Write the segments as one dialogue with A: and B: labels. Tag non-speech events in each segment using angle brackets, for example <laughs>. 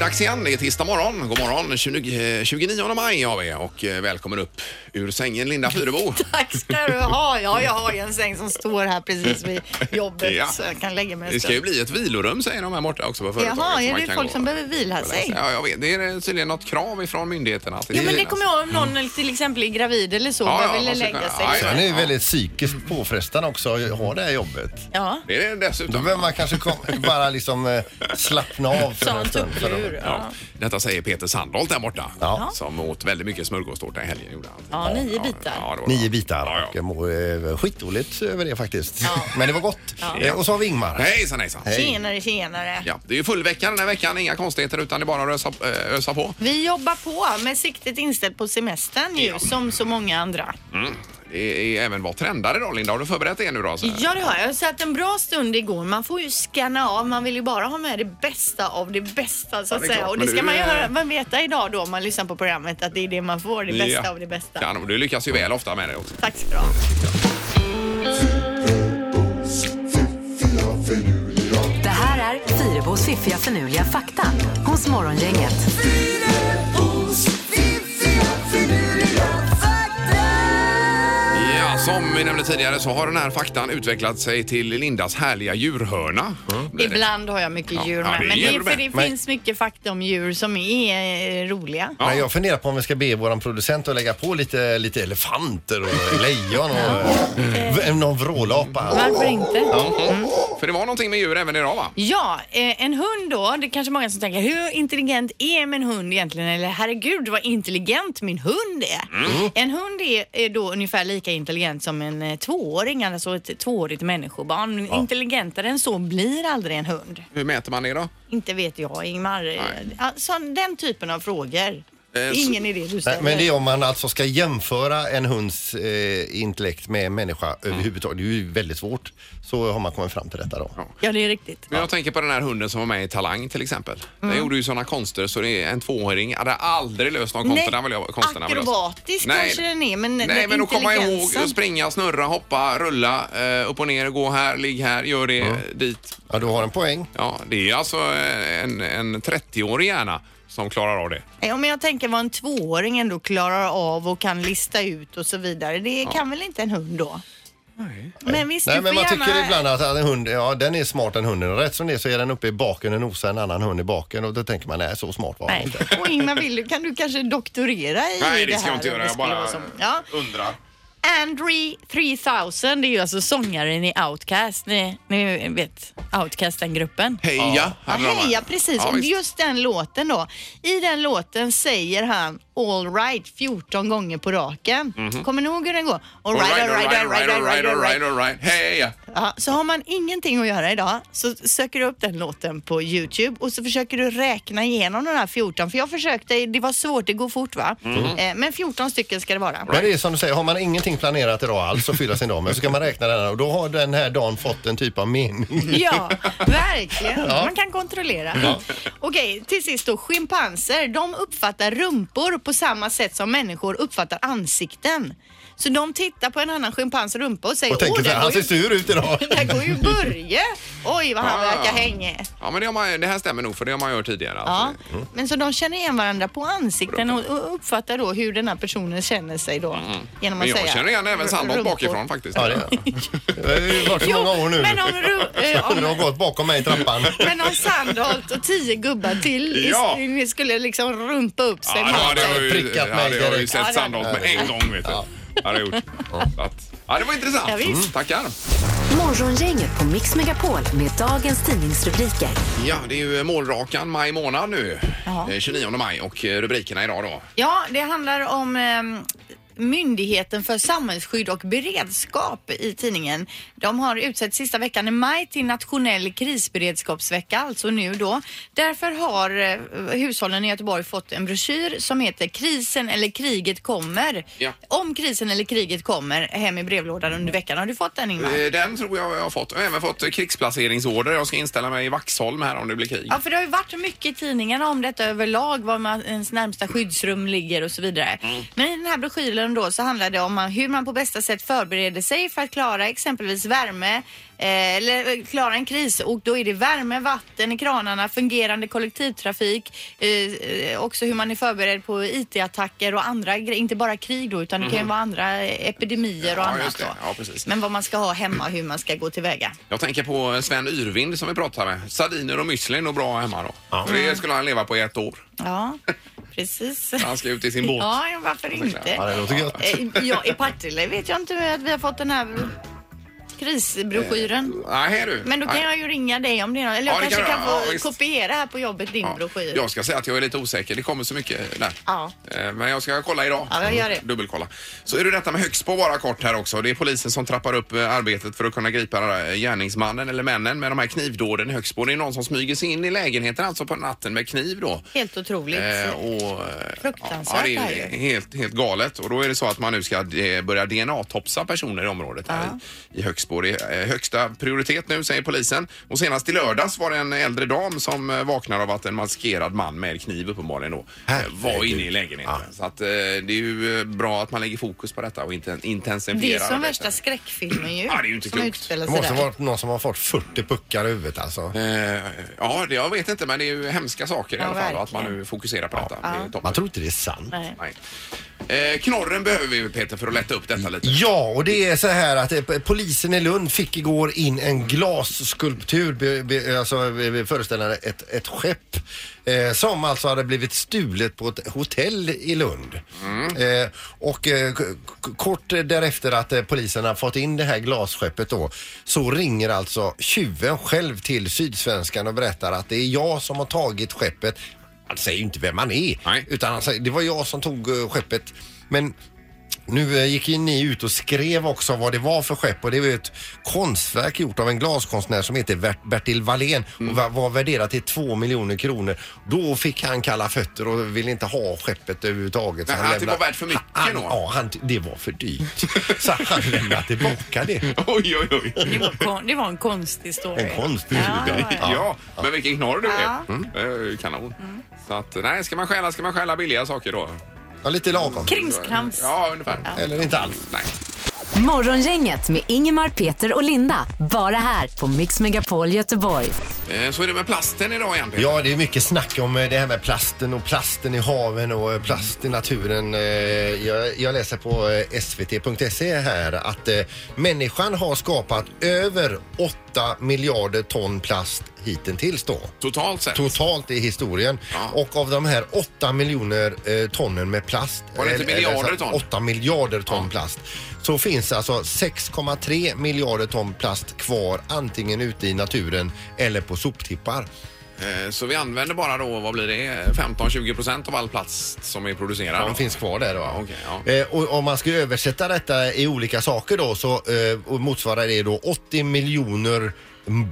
A: dags igen. Det är tisdag morgon. God morgon. 20, eh, 29 maj har vi och eh, välkommen upp ur sängen Linda
B: <laughs>
A: Fyrebo.
B: Tack ska du ha. Ja, jag har ju en säng som står här precis vid jobbet
A: Ja.
B: så jag kan lägga mig
A: Det
B: en
A: ska ju
B: stund.
A: bli ett vilorum säger de här borta också på företaget.
B: Jaha,
A: så
B: är
A: man
B: det
A: kan
B: folk
A: gå
B: som behöver vila
A: och läsa.
B: sig?
A: Ja, jag vet. Det är eh, tydligen något krav ifrån myndigheterna. Att
B: Jo, men det
A: vilas.
B: kommer jag ihåg om någon till exempel är gravid eller så
A: Ja, ja,
B: behöver
A: absolut.
B: lägga sig.
A: Ja, ja.
B: liksom.
C: Sen är det väldigt psykiskt påfrestande också att ha det här jobbet.
B: Ja,
A: Det är det
C: Då
A: dessutom.
C: behöver man kanske kom, bara liksom eh, slappna av för
B: sa
C: en
B: en
C: stund. för då-
B: tupplur.
A: Ja.
B: Ja.
A: Detta säger Peter Sandholt där borta.
C: Ja.
A: Som åt väldigt mycket smörgåstårta i helgen. Gjorde han.
B: Ja, nio bitar.
A: Ja, det var
C: Nio
A: bra.
C: bitar.
A: Ja, ja.
C: Jag mår eh, skitdåligt över det faktiskt. Men det var gott.
B: Ja.
C: Eh, Och så har vi Ingmar.
A: Hejsan, hejsan.
C: Hej.
B: Tjenare, tjenare.
A: Ja, det är ju full vecka den här veckan. Inga konstigheter utan det är bara att ösa, eh, ösa på.
B: Vi jobbar på med siktet inställt på semestern ju, som så många andra.
A: Det är även vad trendar idag Linda. Har du förberett det nu då? Så här?
B: Ja, det har jag. Jag satt en bra stund igår. Man får ju scanna av. Man vill ju bara ha med det bästa av det bästa så att
A: det är
B: säga.
A: klart.
B: Och
A: Men
B: det ska
A: du
B: man ju
A: är-
B: höra, man veta idag då om man lyssnar på programmet att det är det man får, det bästa
A: Ja.
B: av det bästa.
A: Kanon. Du lyckas ju väl ofta med det också.
B: Tack ska du ha.
D: Det här är Fyrabos fiffiga förnuliga fakta hos Morgongänget.
A: Ja, som vi nämnde tidigare så har den här faktan utvecklat sig till Lindas härliga djurhörna. Blir det.
B: Ibland har jag mycket
A: Ja,
B: djur
A: ja,
B: med.
A: det är
B: men det, är
A: jättebra.
B: för det
C: Men-
B: finns mycket fakta om djur som är eh, roliga.
A: Ja.
C: Men jag funderar på om vi ska be vår producent att lägga på lite, lite elefanter och lejon och eh, v- någon vrålapa.
B: Varför inte?
A: Mm. För det var någonting med djur även idag va?
B: Ja, eh, en hund då. Det är kanske många som tänker, hur intelligent är min hund egentligen? Eller herregud vad intelligent min hund är.
C: Mm.
B: En hund är, är då ungefär lika intelligent som en eh, tvååring, alltså ett tvåårigt människobarn. Men Intelligentare än så blir aldrig en hund.
A: Hur mäter man det då?
B: Inte vet jag, Ingmar.
A: Nej.
B: Alltså, den typen av frågor.
A: Eh, så-
B: Ingen idé du
C: Nej,
B: ställer.
C: men det är om man alltså ska jämföra en hunds eh, intellekt med en människa överhuvudtaget. Det är ju väldigt svårt. Så har man kommit fram till detta då.
B: Ja, det är riktigt.
A: Men jag tänker på den här hunden som var med i Talang till exempel.
B: Mm.
A: Den gjorde ju sådana konster så det är en tvååring hade aldrig löst de konsterna. vill jag- konsterna vill jag säga.
B: akrobatisk
A: Nej.
B: kanske den är, men
A: Nej, men att komma ihåg
B: intelligensen-
A: att springa, snurra, hoppa, rulla, eh, upp och ner, gå här, ligg här, gör det, eh, dit.
C: Ja, du har en poäng.
A: Ja, det är alltså eh, en, en 30-årig hjärna som klarar av det.
B: Ja, men Eh, jag tänker vad en tvååring ändå klarar av och kan lista ut och så vidare. Det kan väl inte en hund då? Men visst,
C: Nej,
B: du
C: men
B: får
C: man
B: gärna...
C: tycker ibland att att en hund, ja den är smart den hunden. Rätt som det är så är den uppe i baken och nosar en annan hund i baken och då tänker man nej så smart var han
B: Nej.
C: inte.
B: <laughs> Och Ingmar, vill du, kan du kanske doktorera i
A: Nej, det
B: det här?
A: ska jag inte
B: om
A: göra. Jag
B: skulle
A: bara
B: vara som- ja.
A: undrar.
B: Andre 3000, det är ju alltså sångaren i Outcast. Ni, ni vet, Outcast, den gruppen.
A: Heja!
B: Ja,
A: hade de här.
B: heja, precis.
A: Ja,
B: och
A: visst.
B: just den låten då. I den låten säger han all right 14 gånger på raken. Kommer ni ihåg hur den går? Mhm. All right, all right, all right, all right, all right.
A: all right. Heja!
B: Ja, så har man ingenting att göra idag så söker du upp den låten på Youtube och så försöker du räkna igenom de här 14. För jag försökte, det var svårt, det går fort va?
C: Mm.
B: Eh, men 14 stycken ska det vara.
C: Men det är som du säger, har man ingenting planerat idag alls att fylla sin dag med så ska man räkna den här och då har den här dagen fått en typ av mening.
B: Ja, verkligen. Man kan kontrollera. Okej, till sist då. Schimpanser, de uppfattar rumpor på samma sätt som människor uppfattar ansikten. Så de tittar på en annan schimpans rumpa och säger
C: <laughs> Och tänker
B: Åh,
C: så
B: där går
C: här, han ser
B: ju,
C: sur
B: <laughs>
C: ut idag.
B: där går ju Börje. Oj, vad han
A: Ah.
B: verkar hänga.
A: Ja, men det, har man, det här stämmer nog för det har man gjort tidigare.
B: Ja,
A: alltså.
B: men så de känner igen varandra på ansikten och- och uppfattar då hur den här personen känner sig då. Genom att
A: Mm. Men jag
B: säga
A: känner igen även Sandholt
B: rumpor.
A: bakifrån faktiskt.
C: Ja, det gör jag. Det har ju varit så
B: Jo,
C: många år nu.
B: men om,
C: <laughs>
B: ru- eh,
C: Du har
B: om,
C: gått bakom mig
B: <laughs>
C: i trappan.
B: men om Sandholt och tio gubbar till
A: Ja.
B: ja. skulle liksom rumpa upp sig.
A: Ja, det har- det har ju-
C: Prickat
A: ja,
C: mig
A: det har jag ju
C: direkt.
A: sett
B: Ja, det har-
A: Sandholt med en gång vet du. Ja, det har jag gjort. Så att- Ja, det var intressant.
B: Ja, visst.
A: Mm, Tackar.
D: Morgongänget på Mix Megapol med dagens tidningsrubriker.
A: Ja, det är ju eh, målrakan maj månad nu.
B: Ja.
A: Eh, 29 maj och eh, rubrikerna idag då.
B: Ja, det handlar om ehm, Myndigheten för samhällsskydd och beredskap i tidningen. De har utsett sista veckan i maj till nationell krisberedskapsvecka, alltså nu då. Därför har eh, hushållen i Göteborg fått en broschyr som heter Krisen eller kriget kommer.
A: Ja.
B: Om krisen eller kriget kommer hem i brevlådan under veckan. Har du fått den Ingmar?
A: Eh, Den tror jag jag har fått. Jag har även fått eh, krigsplaceringsorder. Jag ska inställa mig i Vaxholm här om det blir krig.
B: Ja, för det har ju varit mycket i
A: Mm.
B: tidningarna om detta överlag, var man, ens närmsta skyddsrum ligger och så vidare. Men i den här broschyren Lund då så handlar det om man- hur man på bästa sätt förbereder sig för att klara exempelvis värme eh, eller klara en kris och då är det värme, vatten i kranarna, fungerande kollektivtrafik, eh, eh, också hur man är förberedd på IT-attacker och andra gre- inte bara krig då utan det kan ju vara andra eh, epidemier
A: Mm. Ja,
B: och annat
A: just det.
B: då.
A: Ja, precis.
B: Men vad man ska ha hemma och hur man ska gå tillväga.
A: Jag tänker på Sven Yrvind som vi pratade med. Sardiner och müsli är nog bra hemma då. För det skulle han leva på i ett år. <laughs>
B: Ja, precis.
A: Han ska ut i sin båt.
B: Ja, ja, varför inte?
C: Ja, det låter gött.
B: Eh, Ja, I Partille vet jag inte att vi har fått den här krisbroschyren.
A: Nej, här du.
B: Men då kan
A: Eh, Nej.
B: jag ju ringa dig om det. är någon-
A: Ja,
B: Eller jag
A: det
B: kanske
A: kan du
B: kan,
A: göra. Ja,
B: få
A: visst.
B: kopiera här på jobbet din
A: Ja.
B: broschyr.
A: Jag ska säga att jag är lite osäker. Det kommer så mycket där.
B: Ja.
A: Eh, Men jag ska kolla idag. Mm,
B: Ja, jag gör det.
A: Dubbelkolla. Så är det detta med Högsbo bara kort här också. Det är polisen som trappar upp eh, arbetet för att kunna gripa den där gärningsmannen eller männen med de här knivdåden i Högsbo. Det är någon som smyger sig in i lägenheten alltså på natten med kniv då.
B: Helt otroligt.
A: Eh, och, eh,
B: Fruktansvärt
A: ja, det är
B: är det
A: ju helt, helt galet. Och då är det så att man nu ska eh, börja DNA-topsa personer i området här i, i Högsbo. Det är eh, högsta prioritet nu, säger polisen. Och senast i lördags var det en äldre dam som eh, vaknade av att en maskerad man med kniv uppenbarligen då eh, var
C: Herregud.
A: inne i lägenheten. Så att, eh, det är ju eh, bra att man lägger fokus på detta och inte intensifierar
B: det är som
A: arbetet.
B: värsta skräckfilmen ju.
A: Ja, det är ju inte
B: som
A: klokt.
B: utspelar
C: Det
B: sig
C: måste
B: där.
C: ha varit någon som har fått 40 puckar i huvudet alltså.
A: Eh, Ja, det, jag vet inte, men det är ju hemska saker i
B: Ja,
A: alla fall. och Att man
B: verkligen.
A: nu fokuserar på detta. Det är ju toppen.
C: Man tror inte det är sant.
B: Nej.
A: Nej. Eh, knorren behöver vi ju, Peter för att lätta upp detta lite.
C: Ja, och det är så här att eh, polisen i Lund fick igår in en glasskulptur be, be, alltså, be, föreställande ett, ett skepp eh, som alltså hade blivit stulet på ett hotell i Lund.
A: Mm.
C: Eh, och eh, k- k- kort därefter att eh, polisen har fått in det här glasskeppet då så ringer alltså tjuven själv till Sydsvenskan och berättar att det är jag som har tagit skeppet. Han säger ju inte vem han är
A: Nej.
C: utan han säger det var jag som tog eh, skeppet. Men nu eh, gick ju ni ut och skrev också vad det var för skepp och det var ju ett konstverk gjort av en glaskonstnär som heter Bert- Bertil Wallén
A: Mm.
C: och var, var värderat till 2 miljoner kronor. Då fick han kalla fötter och ville inte ha skeppet överhuvudtaget. så
A: Nej, att det
C: lämnade-
A: var värt för mycket
C: han,
A: då?
C: Ja, han, det var för dyrt. så han lämnade tillbaka det.
A: <laughs> <laughs> Oj, oj, oj.
B: Det, var kon- det var en konstig story.
C: En konstig
B: Ja, ja, ja.
A: Ja, men vilken knorr du är.
B: Ja.
A: Mm. Eh, Kanon. Så att, nej, ska man stjäla ska man stjäla billiga saker då.
C: Ja, lite lagom.
B: Krimskrams.
A: Ja, ungefär.
C: Eller inte alls.
A: Nej.
D: Morgongänget med Ingemar, Peter och Linda. Bara här på Mix Megapol Göteborg.
A: Eh, Så är det med plasten idag igen, Peter.
C: Ja, det är mycket snack om eh, det här med plasten och plasten i haven och eh, plast i naturen. Eh, Jag, jag läser på eh, svt.se här att eh, människan har skapat över 8 miljarder ton plast hittills då.
A: Totalt sett.
C: Totalt i historien.
A: Ja.
C: Och av de här 8 miljoner eh, tonnen med plast.
A: Var det inte
C: eller- eller
A: miljarder
C: så-
A: ton?
C: 8 miljarder ton
A: Ja.
C: plast. Så finns alltså 6,3 miljarder ton plast kvar antingen ute i naturen eller på soptippar.
A: Eh, Så vi använder bara då, vad blir det, 15-20 procent av all plast som är
C: Ja,
A: producerad.
C: de finns kvar där då.
A: Ja, okej, ja.
C: eh, och om man ska översätta detta i olika saker då så eh, och motsvarar det då 80 miljoner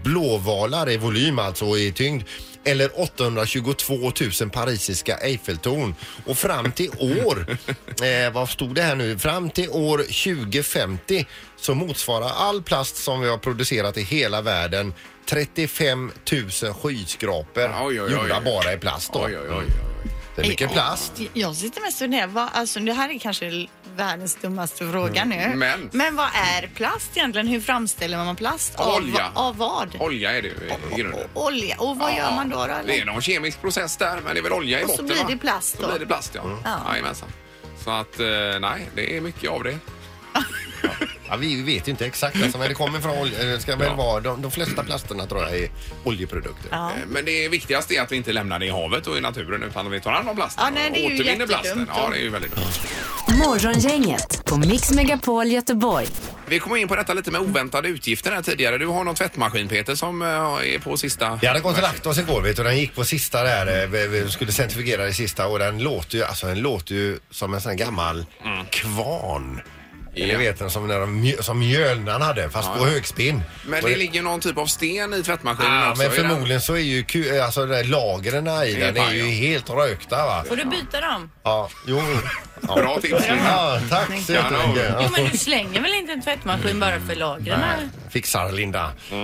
C: blåvalar i volym alltså och i tyngd eller 822 000 parisiska Eiffeltorn. Och fram till
A: <laughs>
C: år, eh, vad stod det här nu, fram till år 2050 så motsvarar all plast som vi har producerat i hela världen 35 000 skyskrapor
A: Oj, oj, oj.
C: gjorda bara i plast. Då.
A: Oj, oj, oj. oj.
C: Det är mycket plast.
B: Jag sitter mest och funderar, vad- alltså det här är kanske världens dummaste fråga nu.
A: Mm, Men-
B: vad är plast egentligen? Hur framställer man plast? Av,
A: Olja.
B: av vad?
A: Olja är det ju i- i grunden.
B: Olja. Och vad gör man då? då eller?
A: Det är någon kemisk process där, men det är väl olja i
B: Och så
A: botten?
B: blir
A: va?
B: det plast
A: Så
B: då? Mm.
A: blir det plast, ja.
B: Ja.
A: Jajamensan. Så att, eh, nej, det är mycket av det.
C: Ja, vi vet ju inte exakt alltså, men det kommer från olja. Det ska väl vara, de, de flesta plasterna tror jag är oljeprodukter.
B: Ja.
A: Eh, Men det viktigaste är att vi inte lämnar det i havet och i naturen utan vi tar hand om plasten
B: Ja, nej, det är
A: och
B: ju
A: återvinner
B: jättedumt.
A: plasten. Ja, det är ju väldigt dumt.
D: Morgongänget på Mix Megapol Göteborg.
A: Vi kom in på detta lite med oväntade utgifter här tidigare. Du har någon tvättmaskin Peter som eh, är på sista...
C: Vi hade gått och lagt oss igår vet du, och den gick på sista där, eh, vi- vi skulle centrifugera det sista och den låter ju, alltså, den låter ju som en sån här gammal kvarn. Ni
A: Mm. Ja.
C: vet den som, när de, mjö- som mjölnan hade fast på högspinn.
A: Men
C: Och
A: det ligger någon typ av sten i tvättmaskinen
C: Ja,
A: också.
C: men
A: Är den-
C: förmodligen så är ju ku- eh, alltså, de där lagren i
A: Det är
C: den är ju
A: bara, ja.
C: helt rökta va.
B: Får du byta dem?
C: Ja, jo.
A: Bra tips. Linda.
C: Ja, tack så jättemycket.
A: Kanon.
B: Jo, men du slänger väl inte en tvättmaskin bara för lagren?
C: Nej, Fixar Linda. Eh,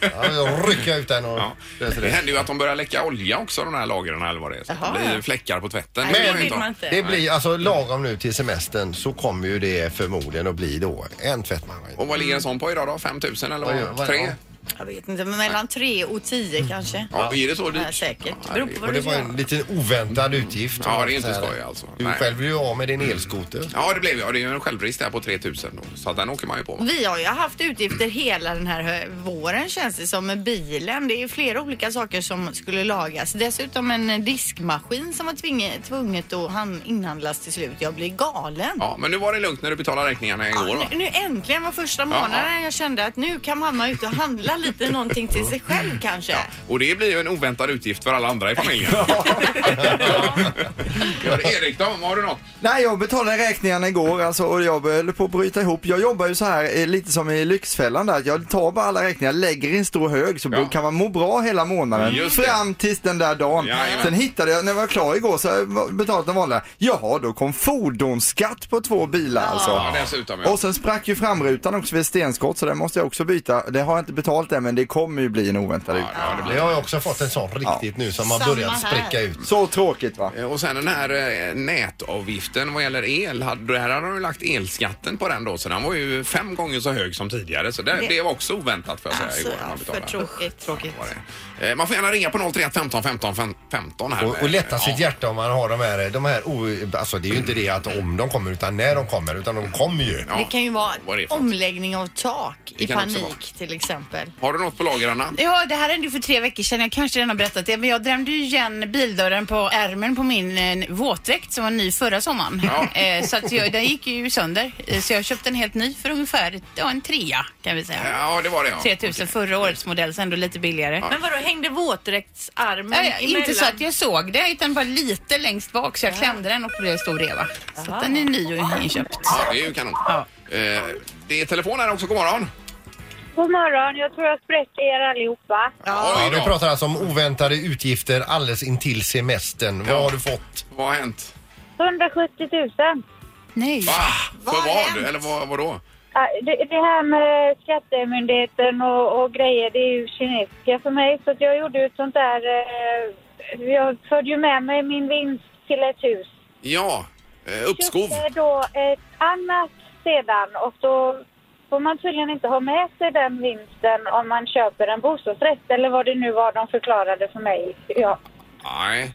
C: Ja, jag rycker ut den och
A: Mhm. Ja.
C: löser
A: Det
C: det.
A: händer ju att de börjar läcka olja också, de här lagren eller vad det är. Så
B: Jaha.
A: det blir ju fläckar på tvätten.
B: Nej,
A: går
B: det
A: ju
B: vill man
A: inte.
B: inte.
C: Det blir alltså lagom nu till semestern så kommer ju det förmodligen att bli då en tvättmaskin.
A: Och vad ligger
B: Mm.
A: en sån på idag då? 5000 eller
C: Vad gör-
A: vad?
C: vad-
A: Tre?
C: ja.
B: Jag vet inte, men mellan tre och tio kanske.
A: Ja, är det så dyrt?
B: Ja, säkert.
A: Ja,
B: Beror på
A: det-
B: vad
C: Och
B: du
C: det var
B: gör.
C: en liten oväntad utgift.
A: Mm. Ja, det är inte
C: Så här.
A: skoj alltså.
C: Du
A: Nej.
C: själv blir ju av med din elskoter.
A: Ja, det blev jag. Det är ju en självrisk där på 3000 då. Så att den åker man ju på. va?
B: Vi har ju haft utgifter hela den här hö- våren känns det som med bilen. Det är ju flera olika saker som skulle lagas. Dessutom en diskmaskin som var tving- tvunget att han- inhandlas till slut. Jag blir galen.
A: Ja, men nu var det lugnt när du betalade räkningarna igår va?
B: Nu, nu äntligen var första månaden jag kände att nu kan mamma ut och handla lite någonting till sig själv kanske.
A: Och det blir ju en oväntad utgift för alla andra i
B: <laughs>
A: familjen. Gör Erik då, har du något?
E: Nej, jag betalade räkningarna igår alltså, och jag höll på att bryta ihop. Jag jobbar ju så här eh, lite som i Lyxfällan där. att Jag tar bara alla räkningar, lägger i en stor hög så
A: Ja.
E: kan man må bra hela månaden.
A: Just det.
E: Fram tills den där dagen.
A: Jajamän.
E: Sen hittade jag, när jag var klar igår så har jag betalat den vanliga. Jaha, då kom fordonsskatt på två bilar alltså.
A: Ja, dessutom ja.
E: Och sen sprack ju framrutan också vid ett stenskott så den måste jag också byta. Det har jag inte betalt än men det kommer ju bli en oväntad
A: Ja,
E: utgift.
A: ja, det blir-
C: Jag har ju också fått en sån riktigt nu som har
B: Samma
C: börjat
B: här.
C: spricka ut.
E: Så tråkigt va?
A: Eh, Och sen den här eh, nätavgiften vad gäller el. hade- Där hade de ju lagt elskatten på den då. Så den var ju fem gånger så hög som tidigare. Så det,
B: Det-
A: det var också oväntat för jag säga
B: Alltså,
A: igår. när
B: ja,
A: man betalade.
B: för tråkigt. tråkigt.
A: Var det. Eh, Man får gärna ringa på 031 15 15 fem- 15 här.
C: Och, och lätta
A: Ja.
C: sitt hjärta om man har de här, de här o, alltså det är ju inte det att om de kommer utan när de kommer utan de kommer ju.
A: Ja.
B: Det kan ju vara
A: Vad är det för något?
B: omläggning av tak i
A: kan också
B: panik till exempel.
A: Har du något på lager, Anna?
F: Ja, det här hände för tre veckor sedan. Jag kanske redan har berättat det, men jag drämde ju igen bildörren på ärmen på min eh, våtdräkt som var ny förra sommaren.
A: Ja.
F: <laughs> Eh, så att jag, den gick ju sönder. Eh, Så jag köpte en helt ny för ungefär ja, en trea kan vi säga.
A: Ja, det var det ja.
F: 3000 förra årets modell, så ändå lite billigare.
B: Men vadå, hängde våtdräktsarmen
F: Nej, inte så
B: emellan?
F: att jag såg det, utan bara lite längst bak så jag klämde den och det blev en stor reva. Så att den är ny och inköpt.
A: Ja, Det är ju kanon. Eh, Det är telefon här också. God morgon.
G: God morgon. Jag tror jag spräckte er allihopa.
A: Oj
C: Ja,
A: då.
C: vi pratar alltså om oväntade utgifter alldeles intill semestern. Vad
A: Ja.
C: har du fått?
A: Vad har hänt?
G: 170 000.
F: Nej.
A: Va? För
B: har
A: vad?
B: hänt?
A: Eller vad, vadå?
G: Ja, Det, det här med skattemyndigheten och, och grejer, det är ju kinesiska för mig. Så att jag gjorde ju ett sånt där... Eh, jag förde ju med mig min vinst till ett hus.
A: Ja, eh, uppskov.
G: Köpte då ett annat sedan och då får man tydligen inte ha med sig den vinsten om man köper en bostadsrätt eller vad det nu var de förklarade för mig. Ja.
A: Nej.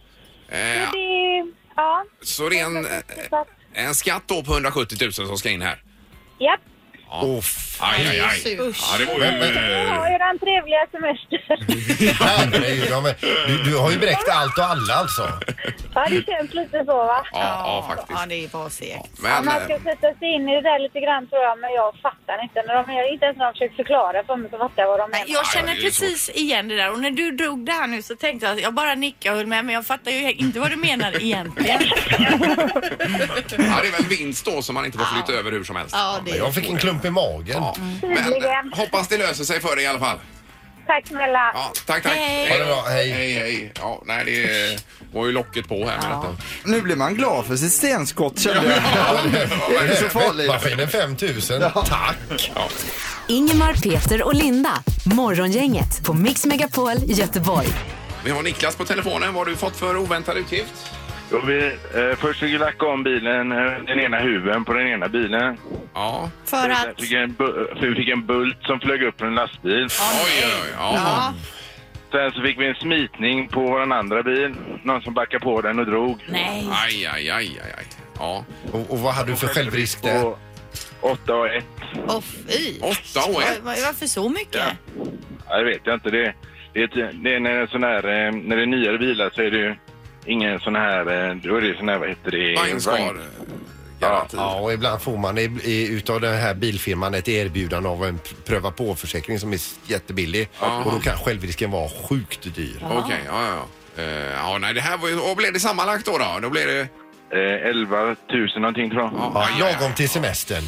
A: Eh,
G: Så det... Ja.
A: Så det är en, eh,
G: Så att,
A: en skatt då på 170 000 som ska in här?
G: japp.
A: Ja. aj, aj, aj. Ja, det var ju...
G: Ja,
A: eh,
G: eran trevliga semester.
C: Herregud, ja, men du, du har ju bräckt allt och alla alltså.
G: Ja, det känns lite så va?
A: Ja, ja, faktiskt.
B: Ja, det var segt.
G: Ja,
A: Men,
G: man ska
A: eh,
G: sätta sig in i det där lite grann tror jag, men jag fattar inte. När de, jag inte ens när de försöker förklara för mig så fattar jag vad de menar.
B: Jag
A: Ja,
B: känner
A: det är
B: precis igen det där och när du drog det här nu så tänkte jag att jag bara nickade och höll med men jag fattar ju inte vad du menar egentligen.
A: ja, det är väl vinst då som man inte får flytta över hur som helst.
B: <laughs> Ja, det
C: Men Jag fick en klump i magen.
A: Ja. Men eh, hoppas det löser sig för dig i alla fall.
G: Tack snälla.
A: Ja, tack, tack.
B: Hej.
C: Ha det bra, hej.
A: Hej, hej. Ja, nej, det eh, var ju locket på här med detta.
E: Nu blir man glad för sitt stenskott kände jag. Det är så farligt.
C: Maskinen 5000. Tack!
D: Ingemar, Peter och Linda. Morgongänget på Mix Megapol i Göteborg.
A: Vi har Niklas på telefonen. Vad har du fått för oväntad utgift?
H: Jag vill, eh, först fick jag lacka om bilen, eh, den ena huven på den ena bilen.
A: Ja.
B: För att...
H: Sen fick jag en, bu- vi fick en bult som flög upp från en lastbil.
A: Oj, oj, oj. Ja.
H: Sen så fick vi en smitning på vår andra bil. Någon som backade på den och drog.
B: Nej.
A: Aj, aj, aj, aj, aj. Ja.
C: Och, och vad hade du för självrisk där?
H: På 8 och 1.
B: Åh fy.
A: Åtta och ett.
B: Var- var- Varför så mycket?
H: Ja. Ja, det vet jag inte. Det, det, är ty- det är när, det är sån här, eh, när det är nyare bilar så är det ju ingen sån här... eh, Då är det sån här, vad heter det?
A: Vagnskar.
H: Vagn-
A: Garanti.
C: Ja, och ibland får man i, i, utav den här bilfirman ett erbjudande av en pr- pröva på-försäkring som är s- jättebillig.
A: Ja.
C: Och då kan självrisken vara sjukt dyr.
A: Okej, ja, ja. Eh, ja, nej, det här var ju... Och blev det sammanlagt då? Då, då blev det...
H: Eh, 11 000 någonting tror jag.
A: Ja,
C: Ja,
A: aj, aj,
C: lagom till semestern.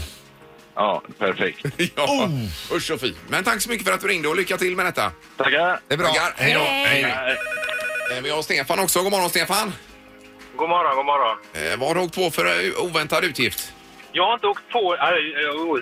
H: ja perfekt.
A: aj. Ja,
C: Oh.
A: usch och fy. Men tack så mycket för att du ringde och lycka till med detta.
H: Tackar!
C: Det är bra.
A: Tackar. Hej då. Hej. Eh, Vi har Stefan också. God morgon, Stefan.
H: God morgon, god morgon.
A: Eh, vad har du åkt på för eh, oväntad utgift?
H: Jag har inte åkt på, äh,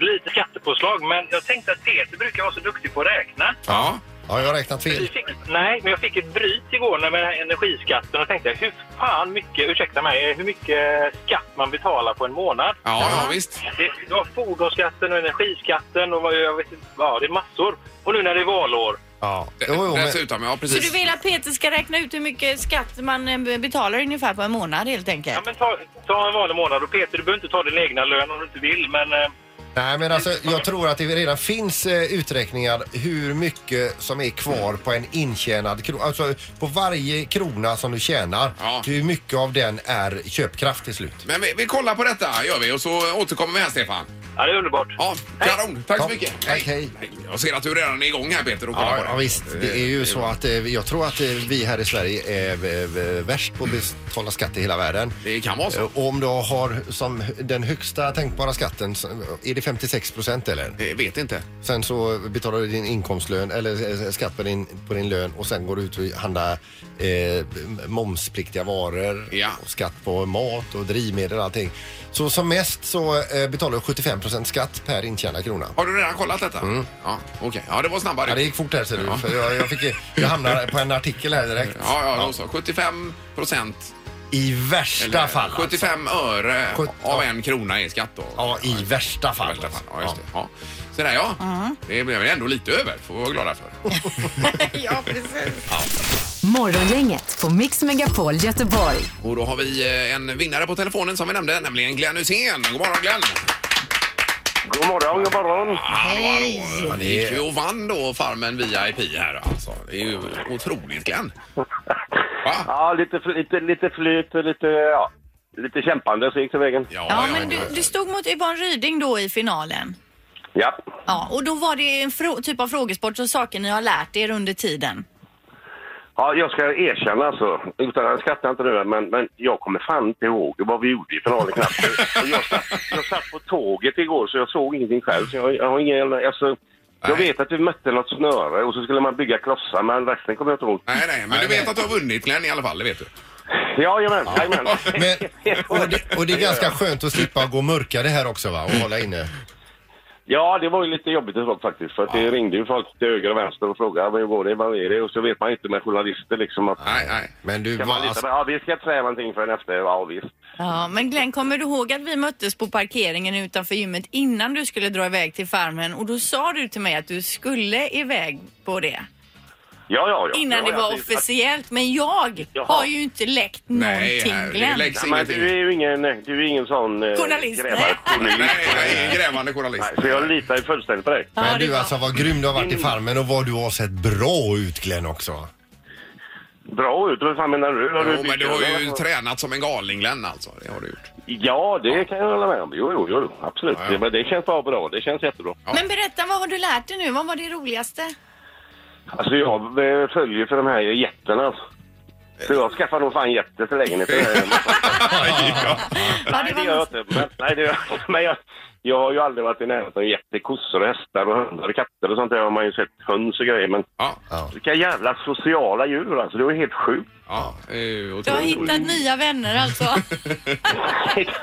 H: äh, lite skattepåslag, men jag tänkte att Peter brukar vara så duktig på att räkna.
A: Ja.
C: Ja, jag har räknat
H: Vi
C: fel.
H: fick, nej, men jag fick ett bryt igår när med den här energiskatten och tänkte hur fan mycket, ursäkta mig, hur mycket skatt man betalar på en månad.
A: Ja, ja visst.
H: Det, det var fordonsskatten och energiskatten och vad- jag vet inte, ja det är massor. Och nu när det är valår.
C: Ja.
A: D-
C: Jo, jo, men,
A: Dessutom, ja
B: Så du
A: precis.
B: vill att Peter ska räkna ut hur mycket skatt man eh, betalar ungefär på en månad helt enkelt?
H: Ja men ta, ta en vanlig månad och Peter du behöver inte ta din egna lön om du inte vill men eh,
C: nej, men alltså, jag tror att det redan finns eh, uträkningar hur mycket som är kvar på en intjänad krona. Alltså på varje krona som du tjänar,
A: Ja.
C: hur mycket av den är köpkraft till slut.
A: Men vi, vi kollar på detta gör vi och så återkommer vi här Stefan.
H: ja, det är underbart.
A: Ja, kanon. Tack så
C: Ja,
A: mycket.
C: tack, hej.
A: Jag ser att du redan är igång här Peter och kollar
C: Ja,
A: på det.
C: ja visst, det är ju så att eh, jag tror att eh, vi här i Sverige är eh, värst på att betala skatt i hela världen.
A: Det kan vara så.
C: Eh, Och om du har som den högsta tänkbara skatten, så är det 56 procent eller?
A: Eh, Vet inte.
C: Sen så betalar du din inkomstlön eller eh, skatt på din, på din lön och sen går du ut och handlar eh, momspliktiga varor
A: Ja.
C: och skatt på mat och drivmedel och allting. Så som mest så eh, betalar du 75 procent skatt per intjänad krona.
A: Har du redan kollat detta? Ja, okej. Ja, det var snabbare.
C: Mm. Ja, det gick fort här ser du. För jag, jag, fick, ju- jag hamnade på en artikel här direkt.
A: Ja, ja, de sa 75 procent.
C: I värsta
A: Eller
C: fall alltså.
A: 75 öre
C: Sjut-
A: av
C: ja.
A: en krona är skatt då.
C: Ja, i värsta
A: I
C: fall.
A: värsta fall. Ja,
C: alltså.
A: just det. Ja. Så där ja.
B: Mm.
A: Det blev ändå lite över. Får vi vara glada för.
B: ja, precis.
D: Morgongänget på Mix Megapol Göteborg.
A: Och då har vi eh, en vinnare på telefonen som vi nämnde, nämligen Glenn Hysén. God morgon Glenn!
H: God morgon, god morgon.
A: Hej! Han gick ju och vann då Farmen VIP här alltså. Det är ju otroligt Glenn. Va?
H: Ja, lite, lite, lite flyt och lite, ja, lite kämpande så gick det vägen.
A: Ja,
B: Ja, men du, du stod mot Yvonne Ryding då i finalen.
H: Ja.
B: Ja, och då var det en frå- typ av frågesport och saker ni har lärt er under tiden.
H: Ja, jag ska erkänna alltså, utan att skratta inte nu, men, men jag kommer fan inte ihåg vad vi gjorde i finalen <laughs> knappt. Och jag, satt, jag satt på tåget igår så jag såg ingenting själv. Så jag, jag har ingen jävla, alltså, jag
A: Nej.
H: vet att vi mötte något snöre och så skulle man bygga klossar, men resten kommer jag inte ihåg.
A: Nej, nej, men du vet att du har vunnit Glenn i alla fall, det vet du.
H: Ja, jajamän, jajamän.
C: Men,
H: <laughs>
C: och, det, och det är ganska skönt att slippa gå och mörka det här också va? Och hålla inne.
H: Ja, det var ju lite jobbigt och sånt faktiskt. För att det ringde ju folk till höger och vänster och frågade men hur går det, vad är det? Och så vet man inte med journalister liksom att...
A: Nej, nej.
C: Men du
H: Kan
C: var
H: man lita
C: alltså,
H: på? Ja, vi ska träna någonting för nästa. Ja, visst.
B: Ja, men Glenn, kommer du ihåg att vi möttes på parkeringen utanför gymmet innan du skulle dra iväg till farmen? Och då sa du till mig att du skulle iväg på det.
H: Ja, ja, ja.
B: Innan
H: ja,
B: det var
H: ja, visst.
B: officiellt. Men jag
H: Jaha.
B: har ju inte läckt
A: Nej,
B: någonting,
A: här,
B: Glenn.
A: det läggs
H: Nej, men
A: ingenting.
H: du är ju ingen, du är ingen sån... eh,
B: Journalist.
H: grävare-
A: Nej,
H: journalist.
A: nej, nej, grävande journalist.
H: Nej, så jag litar ju fullständigt på dig.
B: Ja,
C: men
B: det Mm.
C: du
B: var-
C: alltså vad grym du har varit i Farmen och vad du har sett bra ut Glenn också.
H: Bra ut, vad fan menar du? Har
A: Jo, men du har ju
H: bytt-
A: tränat som en galning Glenn alltså. Det har du gjort.
H: Ja, det kan jag hålla med om. Jo, jo, jo, absolut.
A: Ja, ja.
H: Det, men det känns bara bra. Det känns jättebra.
B: Men berätta, vad har du lärt dig nu? Vad var det roligaste?
H: Alltså jag eh, följer för de här jättarna. alltså. Så jag skaffar nog fan jätter till lägenheten.
B: Ja,
H: Nej, det gör jag inte. Men, nej, det gör jag inte. Men jag, jag har ju aldrig varit i närheten av jätter, kossor, och hästar och hundar och katter och sånt där. har man ju sett höns och grejer. Men
A: Ja,
H: vilka jävla sociala djur alltså. Det var ju helt sjukt. <laughs>
A: ja. det är ju
B: Du har
A: otroligt.
B: hittat nya vänner
A: <laughs>
B: alltså.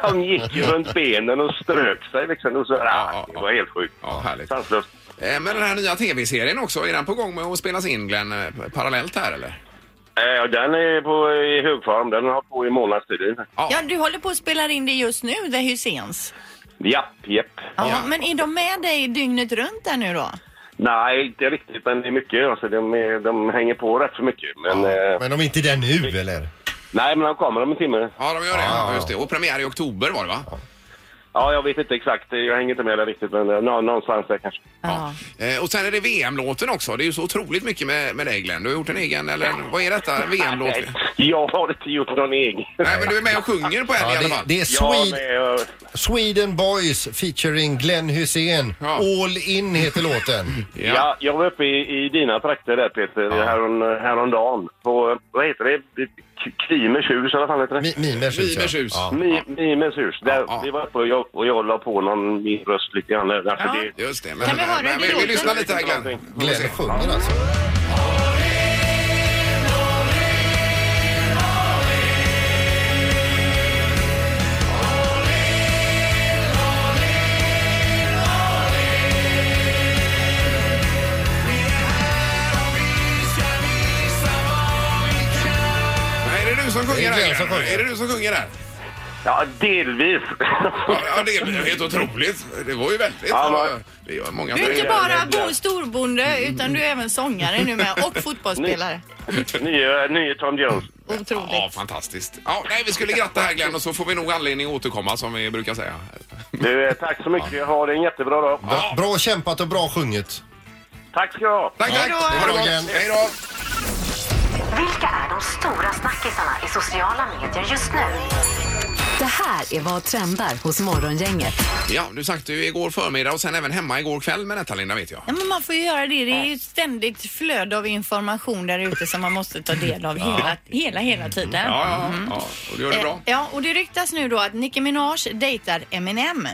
H: De gick ju runt benen och strök sig liksom. Och så, ah, det var helt sjukt.
A: Ja, härligt.
H: Sanslöst.
A: Eh, Men den här nya tv-serien också, är den på gång med att spelas in Glenn eh, parallellt här eller?
H: Eh, och den är på, i högform. Den har på i månads tid.
B: Ja, du håller på att spela in det just nu, The Husseins.
H: Japp, japp.
B: Ja,
A: Ja.
B: Men är de med dig dygnet runt där nu då?
H: Nej, inte riktigt, men det är mycket. Alltså, de, är, de hänger på rätt så mycket. Men, eh,
C: Men om inte den nu eller?
H: nej, men de kommer om en timme.
A: Ja, de gör det.
C: Ja,
A: Ja,
C: ja.
A: just det. Och premiär i oktober var det va?
H: Ja, jag vet inte exakt. Jag hänger inte med där riktigt, men eh, nå- någonstans där kanske.
B: Ja.
A: Eh, Och sen är det VM-låten också. Det är ju så otroligt mycket med, med dig Glenn. Du har gjort en egen, eller vad är detta? VM-låt?
H: Nej, <laughs> jag har inte gjort någon egen.
A: Nej, men du är med och sjunger på en i
C: Ja,
A: alla
C: det,
A: fall.
C: det är
H: Ja,
C: Sweden,
H: men, eh,
C: Sweden Boys featuring Glenn Hussein.
A: Ja.
C: All In
A: <laughs>
C: heter låten.
A: Ja.
H: ja, jag var uppe i, i dina trakter där, Peter, härom, häromdagen. På, eh, vad heter det? K- Krimers hus, eller vad fan heter det?
C: Mi- Mimers hus. ja.
A: Mimers hus.
C: Ja.
H: Mi, Mimens hus. Där,
A: ja.
H: Vi var uppe och jag, och jag la på någon min röst lite grann. där. Alltså,
B: Ja.
H: det,
A: Just det. Men,
B: Kan vi höra hur
A: men,
B: det
A: vi, vi
B: låter?
A: lyssnar lite här Glenn.
C: Glenn sjunger alltså.
A: Ja, det du som
C: Det
A: sjunger
C: är
A: där?
C: jag som
A: Göran?
C: sjunger.
A: Är det du som sjunger där?
H: Ja, delvis. <laughs>
A: Ja, ja, det är ju helt otroligt. Det var ju väldigt.
H: Ja,
A: det var-
H: men-
A: det gör många
B: Du är inte
A: tänker.
B: bara bo- storbonde
A: Mm.
B: utan du är även sångare nu med
A: <laughs>
B: och fotbollsspelare.
H: Nye, eh, nye Tom Jones.
A: Ja,
B: Otroligt.
A: fantastiskt. Ja, nej, vi skulle gratta här Glenn och så får vi nog anledning att återkomma som vi brukar säga.
H: Du, eh, tack så mycket. Ha det en jättebra dag.
A: Ja.
C: Bra kämpat och bra sjunget.
H: Tack ska du ha.
A: Tack, tack!
B: Hej då.
A: Ha det gott.
C: Hej då.
A: Hej då!
D: Vilka är de stora snackisarna i sociala medier just nu? Det här är vad trendar hos Morgongänget.
A: Ja, du sagt ju igår förmiddag och sen även hemma igår kväll med detta Linda vet jag.
B: Ja, men man får ju göra det. Det är ju ett ständigt flöde av information där ute som man måste ta del av hela, hela, hela tiden. Mm.
A: Ja, ja, ja. Och du gör det bra.
B: Eh, Ja, och det ryktas nu då att Nicki Minaj dejtar Eminem.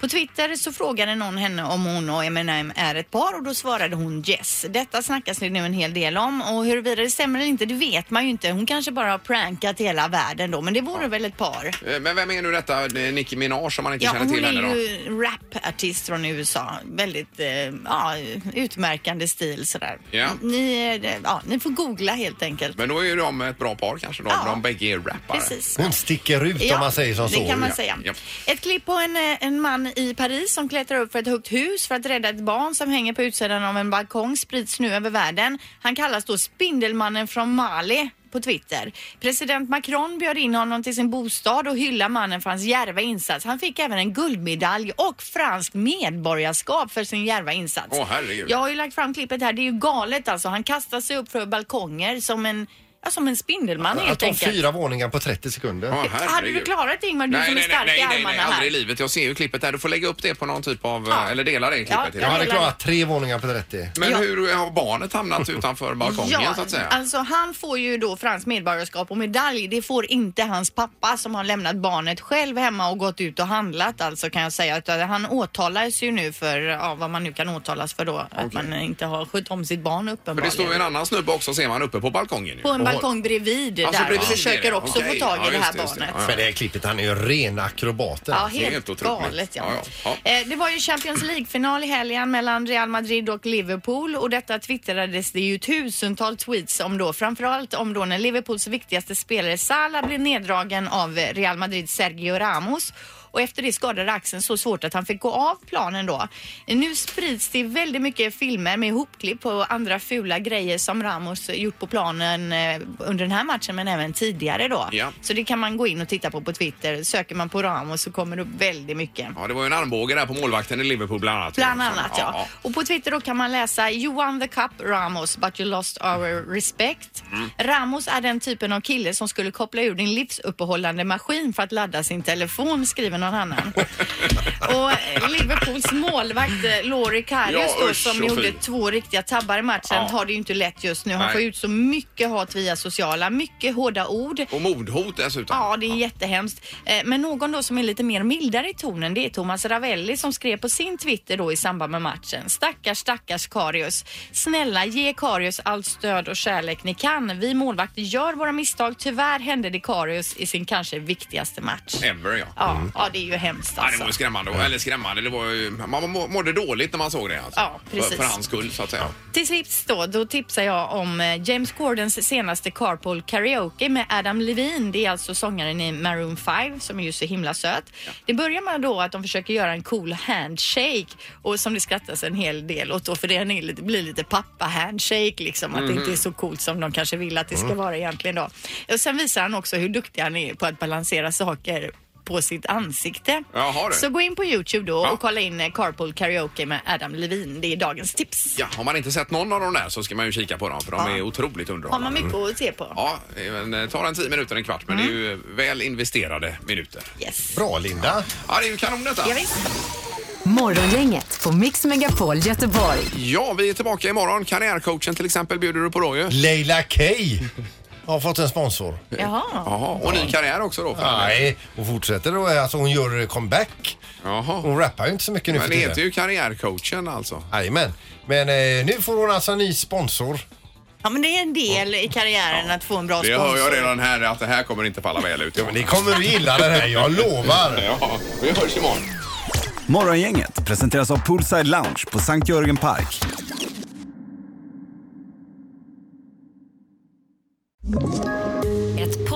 B: På Twitter så frågade någon henne om hon och Eminem är ett par och då svarade hon yes. Detta snackas det nu en hel del om och huruvida det stämmer eller inte det vet man ju inte. Hon kanske bara har prankat hela världen då men det vore väl ett par.
A: Eh, Men vem är nu detta Det är Nicki Minaj som man inte
B: Ja,
A: känner till
B: hon
A: henne
B: är
A: då?
B: ju rapartist från USA. Väldigt eh, ja, utmärkande stil sådär.
A: Ja.
B: Ni, eh, ja, ni får googla helt enkelt.
A: Men då är ju de ett bra par kanske då,
B: Ja.
A: om de bägge är rappare.
B: Precis.
C: Hon sticker ut om man säger som
B: det
C: så.
B: kan man
A: Ja,
B: säga.
A: ja.
B: Ett klipp på en, eh, en man i Paris som klättrar upp för ett högt hus för att rädda ett barn som hänger på utsidan av en balkong sprids nu över världen. Han kallas då Spindelmannen från Mali på Twitter. President Macron bjöd in honom till sin bostad och hyllade mannen för hans djärva insats. Han fick även en guldmedalj och franskt medborgarskap för sin djärva insats.
A: Åh, herregud.
B: Jag har ju lagt fram klippet här. Det är ju galet alltså. Han kastar sig upp för balkonger som en, ja, som en spindelman
C: Att
B: helt
C: ta
B: enkelt.
C: fyra våningar på 30 sekunder.
A: Ja,
B: Hade du
A: herregud.
B: klarat det Ingmar, du som är stark
A: nej,
B: i
A: nej, nej,
B: armarna
A: aldrig i
B: här?
A: livet. Jag ser ju klippet där. Du får lägga upp det på någon typ av,
B: Ja.
A: eller dela det klippet.
B: Ja,
A: idag.
C: Jag hade
B: Hela-
C: klarat tre våningar på 30.
A: Men
B: Ja.
A: hur har barnet hamnat utanför balkongen så att säga?
B: alltså han får ju då franskt medborgarskap och medalj. Det får inte hans pappa som har lämnat barnet själv hemma och gått ut och handlat alltså kan jag säga. Utan han åtalas ju nu för ja, vad man nu kan åtalas för då. Att man inte har skött om sitt
A: För
B: barn
A: det
B: uppenbarligen.
A: står ju en annan snubbe också ser man uppe på balkongen ju.
B: På en balkong bredvid
A: Alltså,
B: där
A: bredvid
B: och
A: det,
B: försöker också
A: okej.
B: få tag i
A: Ja,
B: det
A: just
B: här
A: det, just det.
B: barnet.
A: Ja,
C: För det här klippet, han är ju rena akrobaten.
B: Ja,
A: Det är
B: helt,
A: helt otroligt.
B: galet. Ja.
A: Ja, ja,
B: Eh, Det var ju Champions League-final i helgen mellan Real Madrid och Liverpool och detta twittrades det ju tusental tweets om då. Framförallt om då när Liverpools viktigaste spelare Salah blev neddragen av eh, Real Madrids Sergio Ramos. Och efter det skadade axeln så svårt att han fick gå av planen då. Nu sprids det väldigt mycket filmer med ihopklipp och andra fula grejer som Ramos gjort på planen eh, under den här matchen men även tidigare då.
A: Ja.
B: Så det kan man gå in och titta på på Twitter. Söker man på Ramos så kommer det upp väldigt mycket.
A: Ja, det var ju en armbåge där på målvakten i Liverpool bland annat.
B: Bland annat ja. Och på Twitter då kan man läsa You won the cup Ramos but you lost our respect.
A: Mm.
B: Ramos är den typen av kille som skulle koppla ur din livsuppehållande maskin för att ladda sin telefon skriver någon
A: <laughs>
B: annan. och eh, Liverpools målvakt eh, Laurie Karius
A: Ja,
B: då
A: usch,
B: som
A: och
B: gjorde
A: fy.
B: två riktiga tabbar i matchen
A: Ja.
B: har det ju inte lätt just nu. Han
A: Nej.
B: får ut så mycket hat via sociala, mycket hårda ord.
A: Och mordhot dessutom.
B: Ja, det är jättehemskt. Eh, Men någon då som är lite mer mildare i tonen det är Thomas Ravelli som skrev på sin Twitter då i samband med matchen. Stackars, stackars Karius. Snälla ge Karius allt stöd och kärlek ni kan. Vi målvakter gör våra misstag. Tyvärr hände det Karius i sin kanske viktigaste match.
A: Ever ja.
B: Ja, ja det är ju hemskt
A: Ja, det var
B: alltså.
A: ju skrämmande. Eller skrämmande, det var ju, man må- mådde dåligt när man såg det. Alltså.
B: Ja, precis.
A: För, för hans skull så att säga.
B: Till sist då, då tipsar jag om eh, James Gordons senaste Carpool Karaoke med Adam Levine. Det är alltså sångaren i Maroon 5 som är ju så himla söt. Det börjar med då att de försöker göra en cool handshake och som det skrattas en hel del åt då för det är lite- blir lite pappa-handshake liksom. Att det
A: Mhm.
B: inte är så coolt som de kanske vill att det
A: Mm.
B: ska vara egentligen då. Och sen visar han också hur duktig han är på att balansera saker på sitt ansikte.
A: Jaha, du.
B: så gå in på Youtube då
A: Ja.
B: och kolla in eh, Carpool Karaoke med Adam Levine. Det är dagens tips.
A: Ja, har man inte sett någon av dem där så ska man ju kika på dem för de
B: Ja.
A: är otroligt
B: har
A: underhållande.
B: man mycket att se på.
A: Ja, men eh, tar en 10 minuter, en kvart, men det är
B: Mm.
A: ju väl investerade minuter.
B: Yes.
C: Bra Linda.
A: Ja, det är ju kanon detta.
B: Ja, visst.
D: Morgongänget på Mix Megapol Göteborg.
A: Ja, vi är tillbaka imorgon. Karriärcoachen till exempel bjuder du på då ju.
C: Leila K har fått en sponsor.
B: Jaha.
A: Jaha, och ny karriär också då? För henne.
C: Nej, hon fortsätter då. Alltså hon gör comeback.
A: Jaha.
C: Hon rappar ju inte så mycket nu
A: Men
C: för
A: det heter
C: tiden.
A: ju karriärcoachen alltså.
C: Jajamän. Men eh, nu får hon alltså en ny sponsor.
B: Ja, men det är en del i karriären att få en bra
A: Det
B: sponsor.
A: hör jag redan här att det här kommer inte falla väl ut.
C: Ni kommer att gilla den här, jag lovar.
A: Ja, vi hörs imorgon.
I: Morgongänget presenteras av Poolside Lounge på Sankt Jörgen Park.
D: Ett
B: Ett